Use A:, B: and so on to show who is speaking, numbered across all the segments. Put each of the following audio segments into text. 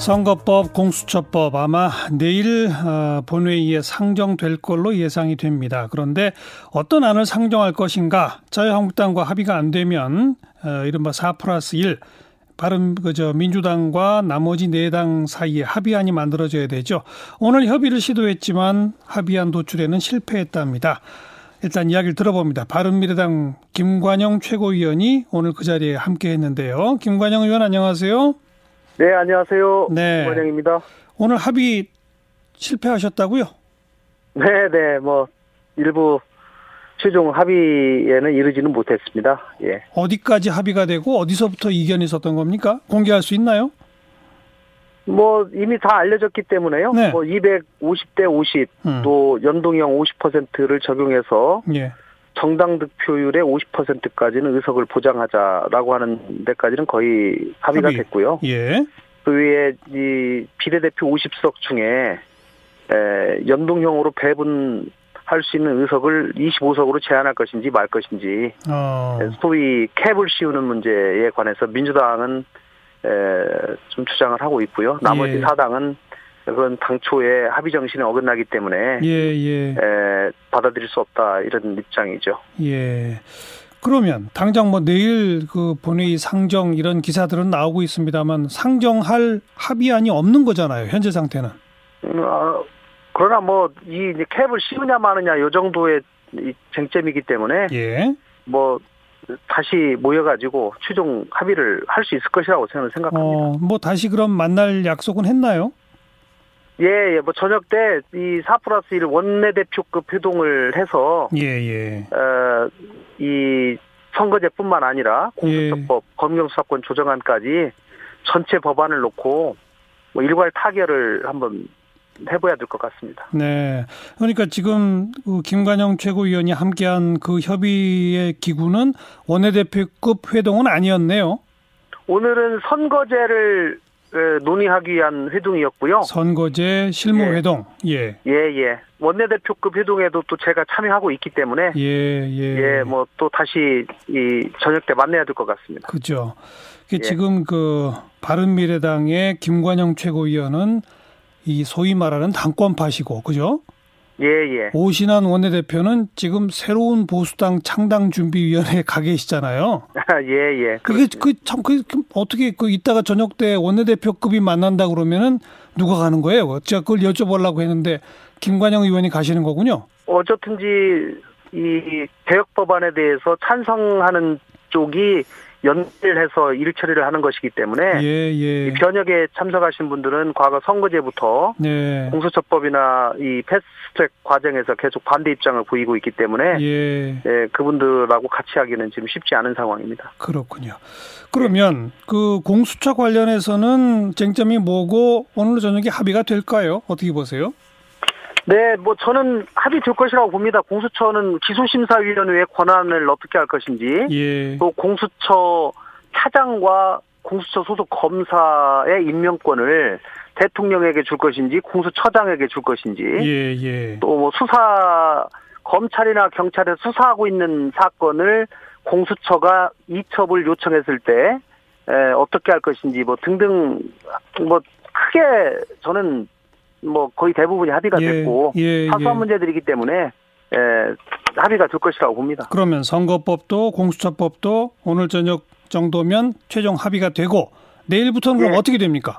A: 선거법, 공수처법 아마 내일 어, 본회의에 상정될 걸로 예상이 됩니다. 그런데 어떤 안을 상정할 것인가 자유한국당과 합의가 안 되면 어, 이른바 4 플러스 1 바른 그저 민주당과 나머지 네 당 사이에 합의안이 만들어져야 되죠. 오늘 협의를 시도했지만 합의안 도출에는 실패했답니다. 일단 이야기를 들어봅니다. 바른미래당 김관영 최고위원이 오늘 그 자리에 함께했는데요. 김관영 의원 안녕하세요.
B: 네, 안녕하세요.
A: 네.
B: 김관영입니다.
A: 오늘 합의 실패하셨다고요?
B: 네, 네, 뭐, 일부 최종 합의에는 이르지는 못했습니다. 예.
A: 어디까지 합의가 되고 어디서부터 이견이 있었던 겁니까? 공개할 수 있나요?
B: 뭐, 이미 다 알려졌기 때문에요.
A: 네.
B: 뭐, 250대 50,
A: 음.
B: 또 연동형 50%를 적용해서
A: 예.
B: 정당 득표율의 50%까지는 의석을 보장하자라고 하는 데까지는 거의 합의가
A: 합의.
B: 됐고요.
A: 예.
B: 그 외에 이 비례대표 50석 중에 에, 연동형으로 배분할 수 있는 의석을 25석으로 제한할 것인지 말 것인지
A: 어.
B: 에, 소위 캡을 씌우는 문제에 관해서 민주당은 에, 좀 주장을 하고 있고요. 나머지
A: 예.
B: 사당은 그건 당초의 합의 정신에 어긋나기 때문에
A: 예, 예.
B: 에, 받아들일 수 없다 이런 입장이죠.
A: 예. 그러면 당장 뭐 내일 그 본회의 상정 이런 기사들은 나오고 있습니다만 상정할 합의안이 없는 거잖아요. 현재 상태는.
B: 음, 아, 그러나 뭐 이 캡을 씌우냐 마느냐 요 정도의 이 쟁점이기 때문에
A: 예.
B: 뭐 다시 모여가지고 최종 합의를 할 수 있을 것이라고 저는 생각합니다.
A: 어, 뭐 다시 그럼 만날 약속은 했나요?
B: 예, 예, 뭐 저녁 때 이 4 플러스 1 원내대표급 회동을 해서
A: 예, 예.
B: 어, 이 선거제뿐만 아니라 공수처법,
A: 예.
B: 검경수사권 조정안까지 전체 법안을 놓고 뭐 일괄 타결을 한번 해봐야 될 것 같습니다.
A: 네. 그러니까 지금 그 김관영 최고위원이 함께한 그 협의의 기구는 원내대표급 회동은 아니었네요.
B: 오늘은 선거제를 에, 논의하기 위한 회동이었고요.
A: 선거제 실무
B: 예.
A: 회동. 예.
B: 예, 예. 원내대표급 회동에도 또 제가 참여하고 있기 때문에
A: 예, 예.
B: 예, 뭐 또 다시 이 저녁 때 만나야 될 것 같습니다.
A: 그죠. 이게
B: 예.
A: 지금 그 바른미래당의 김관영 최고위원은 이 소위 말하는 당권파시고, 그죠?
B: 예, 예.
A: 오신환 원내대표는 지금 새로운 보수당 창당준비위원회에 가 계시잖아요.
B: 예, 예.
A: 그게 그 참 그 어떻게 그 이따가 저녁 때 원내대표급이 만난다 그러면은 누가 가는 거예요? 제가 그걸 여쭤보려고 했는데 김관영 의원이 가시는 거군요.
B: 어쨌든지 이 개혁 법안에 대해서 찬성하는 쪽이 연결해서 일 처리를 하는 것이기 때문에
A: 예,
B: 네. 이
A: 예.
B: 변혁에 참석하신 분들은 과거 선거제부터
A: 네.
B: 공수처법이나 이 패스트트랙 과정에서 계속 반대 입장을 보이고 있기 때문에
A: 예.
B: 예, 그분들하고 같이 하기는 지금 쉽지 않은 상황입니다.
A: 그렇군요. 그러면 그 공수처 관련해서는 쟁점이 뭐고 오늘 저녁에 합의가 될까요? 어떻게 보세요?
B: 네, 뭐 저는 합의 될 것이라고 봅니다. 공수처는 기소심사위원회의 권한을 어떻게 할 것인지,
A: 예.
B: 네. 또 공수처 차장과 공수처 소속 검사의 임명권을 대통령에게 줄 것인지, 공수처장에게 줄 것인지,
A: 예, 예.
B: 또 뭐 수사 검찰이나 경찰에 수사하고 있는 사건을 공수처가 이첩을 요청했을 때 에, 어떻게 할 것인지 뭐 등등 뭐 크게 저는 뭐 거의 대부분이 합의가
A: 예,
B: 됐고
A: 예, 예.
B: 사소한 문제들이기 때문에 에, 합의가 될 것이라고 봅니다.
A: 그러면 선거법도 공수처법도 오늘 저녁 정도면 최종 합의가 되고 내일부터는 그럼
B: 예.
A: 어떻게 됩니까?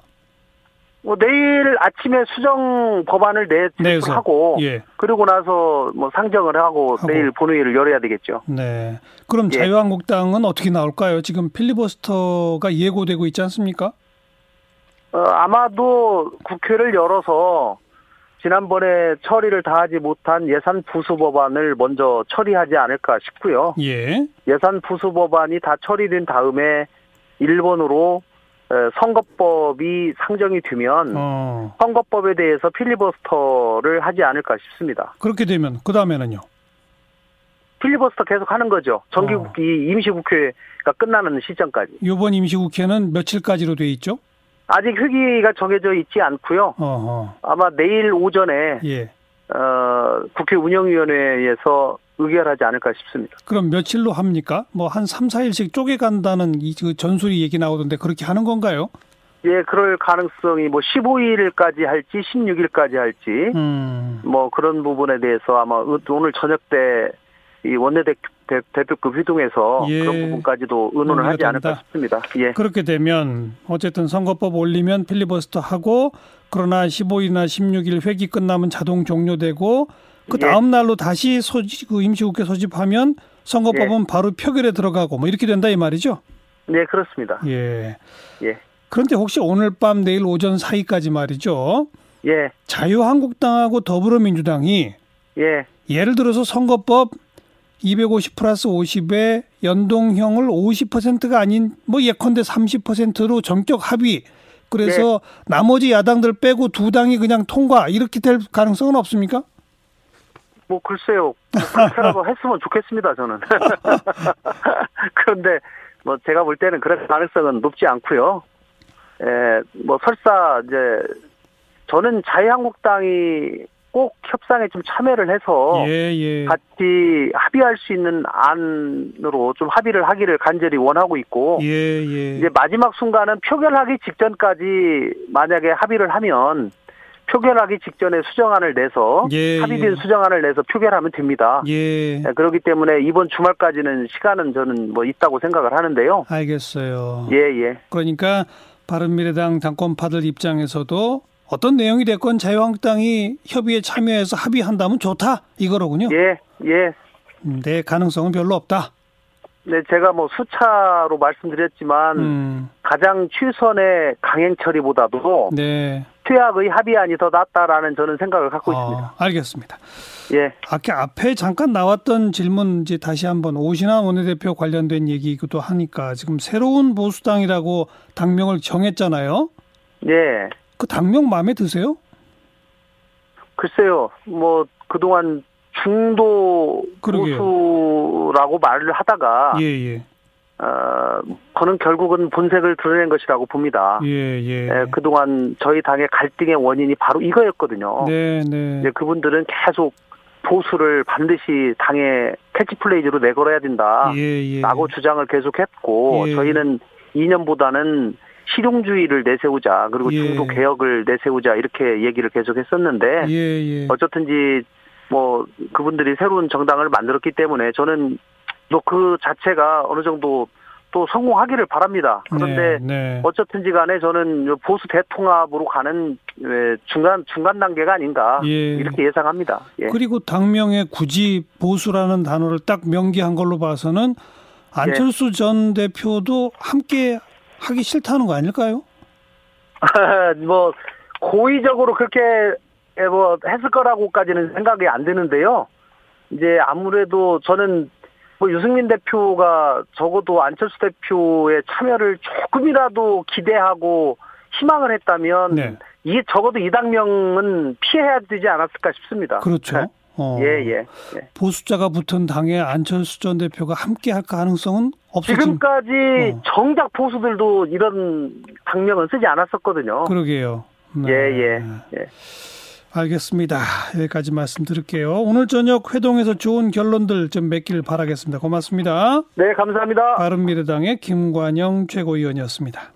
B: 뭐 내일 아침에 수정 법안을 내
A: 내에서.
B: 제출하고
A: 예.
B: 그러고 나서 뭐 상정을 하고,
A: 하고.
B: 내일 본회의를 열어야 되겠죠.
A: 네. 그럼
B: 예.
A: 자유한국당은 어떻게 나올까요? 지금 필리버스터가 예고되고 있지 않습니까?
B: 어, 아마도 국회를 열어서 지난번에 처리를 다하지 못한 예산 부수 법안을 먼저 처리하지 않을까 싶고요.
A: 예.
B: 예산 부수 법안이 다 처리된 다음에 일본으로 에, 선거법이 상정이 되면
A: 어.
B: 선거법에 대해서 필리버스터를 하지 않을까 싶습니다.
A: 그렇게 되면 그 다음에는요.
B: 필리버스터 계속 하는 거죠. 정기국 이 임시국회가 끝나는 시점까지.
A: 이번 임시국회는 며칠까지로 돼 있죠?
B: 아직 회기가 정해져 있지 않고요.
A: 어허.
B: 아마 내일 오전에
A: 예.
B: 어, 국회 운영위원회에서 의결하지 않을까 싶습니다.
A: 그럼 며칠로 합니까? 뭐 한 3, 4일씩 쪼개간다는 이 그 전술이 얘기 나오던데 그렇게 하는 건가요?
B: 예, 그럴 가능성이 뭐 15일까지 할지 16일까지 할지
A: 음.
B: 뭐 그런 부분에 대해서 아마 오늘 저녁 때 이 원내대표급 회동에서
A: 예.
B: 그런 부분까지도 의논을 하지
A: 논의가
B: 않을까
A: 된다.
B: 싶습니다. 예.
A: 그렇게 되면 어쨌든 선거법 올리면 필리버스터 하고 그러나 15일이나 16일 회기 끝나면 자동 종료되고 그
B: 예.
A: 다음 날로 다시 소집 그 임시국회 소집하면 선거법은 바로 표결에 들어가고 뭐 이렇게 된다 이 말이죠.
B: 네, 그렇습니다.
A: 예.
B: 예.
A: 그런데 혹시 오늘 밤 내일 오전 사이까지 말이죠.
B: 예.
A: 자유한국당하고 더불어민주당이
B: 예.
A: 예를 들어서 선거법 250 플러스 50의 연동형을 50%가 아닌 뭐 예컨대 30%로 전격 합의. 그래서
B: 네.
A: 나머지 야당들 빼고 두 당이 그냥 통과 이렇게 될 가능성은 없습니까?
B: 뭐 글쎄요 그렇게라도 했으면 좋겠습니다 저는 그런데 뭐 제가 볼 때는 그럴 가능성은 높지 않고요 예, 에뭐 설사 이제 저는 자유한국당이 꼭 협상에 좀 참여를 해서
A: 예, 예.
B: 같이 합의할 수 있는 안으로 좀 합의를 하기를 간절히 원하고 있고
A: 예, 예.
B: 이제 마지막 순간은 표결하기 직전까지 만약에 합의를 하면 표결하기 직전에 수정안을 내서
A: 예,
B: 합의된
A: 예.
B: 수정안을 내서 표결하면 됩니다.
A: 예.
B: 예, 그렇기 때문에 이번 주말까지는 시간은 저는 뭐 있다고 생각을 하는데요.
A: 알겠어요.
B: 예, 예.
A: 그러니까 바른미래당 당권파들 입장에서도 어떤 내용이 됐건 자유한국당이 협의에 참여해서 합의한다면 좋다 이거로군요.
B: 예, 예.
A: 음, 네, 가능성은 별로 없다.
B: 네, 제가 뭐 수차로 말씀드렸지만
A: 음,
B: 가장 최선의 강행 처리보다도
A: 네.
B: 투약의 합의안이 더 낫다라는 저는 생각을 갖고
A: 어, 알겠습니다.
B: 있습니다. 예,
A: 아까 앞에 잠깐 나왔던 질문 이제 다시 한번 오신환 원내대표 관련된 얘기이기도 하니까 지금 새로운 보수당이라고 당명을 정했잖아요.
B: 예.
A: 그 당명 마음에 드세요?
B: 글쎄요, 뭐 그동안 중도
A: 그러게요.
B: 보수라고 말을 하다가
A: 예, 예.
B: 어, 그는 결국은 본색을 드러낸 것이라고 봅니다.
A: 예, 예.
B: 예, 그동안 저희 당의 갈등의 원인이 바로 이거였거든요.
A: 네, 네.
B: 어, 이제 그분들은 계속 보수를 반드시 당의 캐치플레이즈로 내걸어야 된다.
A: 예, 예.
B: 라고 주장을 계속했고
A: 예.
B: 저희는 이념보다는 실용주의를 내세우자 그리고
A: 예.
B: 중도 개혁을 내세우자 이렇게 얘기를 계속했었는데
A: 예, 예.
B: 어쨌든지 뭐 그분들이 새로운 정당을 만들었기 때문에 저는 또 그 자체가 어느 정도 또 성공하기를 바랍니다. 그런데
A: 네, 네.
B: 어쨌든지 간에 저는 요 보수 대통합으로 가는 예, 중간 중간 단계가 아닌가
A: 예.
B: 이렇게 예상합니다. 예.
A: 그리고 당명에 굳이 보수라는 단어를 딱 명기한 걸로 봐서는
B: 예.
A: 안철수 전 대표도 함께 하기 싫다는 거 아닐까요?
B: 뭐 고의적으로 그렇게 예, 뭐 했을 거라고까지는 생각이 안 드는데요. 이제 아무래도 저는 뭐 유승민 대표가 적어도 안철수 대표의 참여를 조금이라도 기대하고 희망을 했다면
A: 네.
B: 이 적어도 이 당명은 피해야 되지 않았을까 싶습니다.
A: 그렇죠. 어.
B: 아, 예, 예. 예.
A: 보수자가 붙은 당에 안철수 전 대표가 함께 할 가능성은 없을지
B: 지금까지
A: 어.
B: 정작 보수들도 이런 당명은 쓰지 않았었거든요.
A: 그러게요. 네.
B: 예, 예, 예.
A: 알겠습니다. 여기까지 말씀드릴게요. 오늘 저녁 회동에서 좋은 결론들 좀 맺길
B: 아.
A: 바라겠습니다. 고맙습니다. 아,
B: 네, 감사합니다.
A: 바른미래당의 김관영 최고위원이었습니다.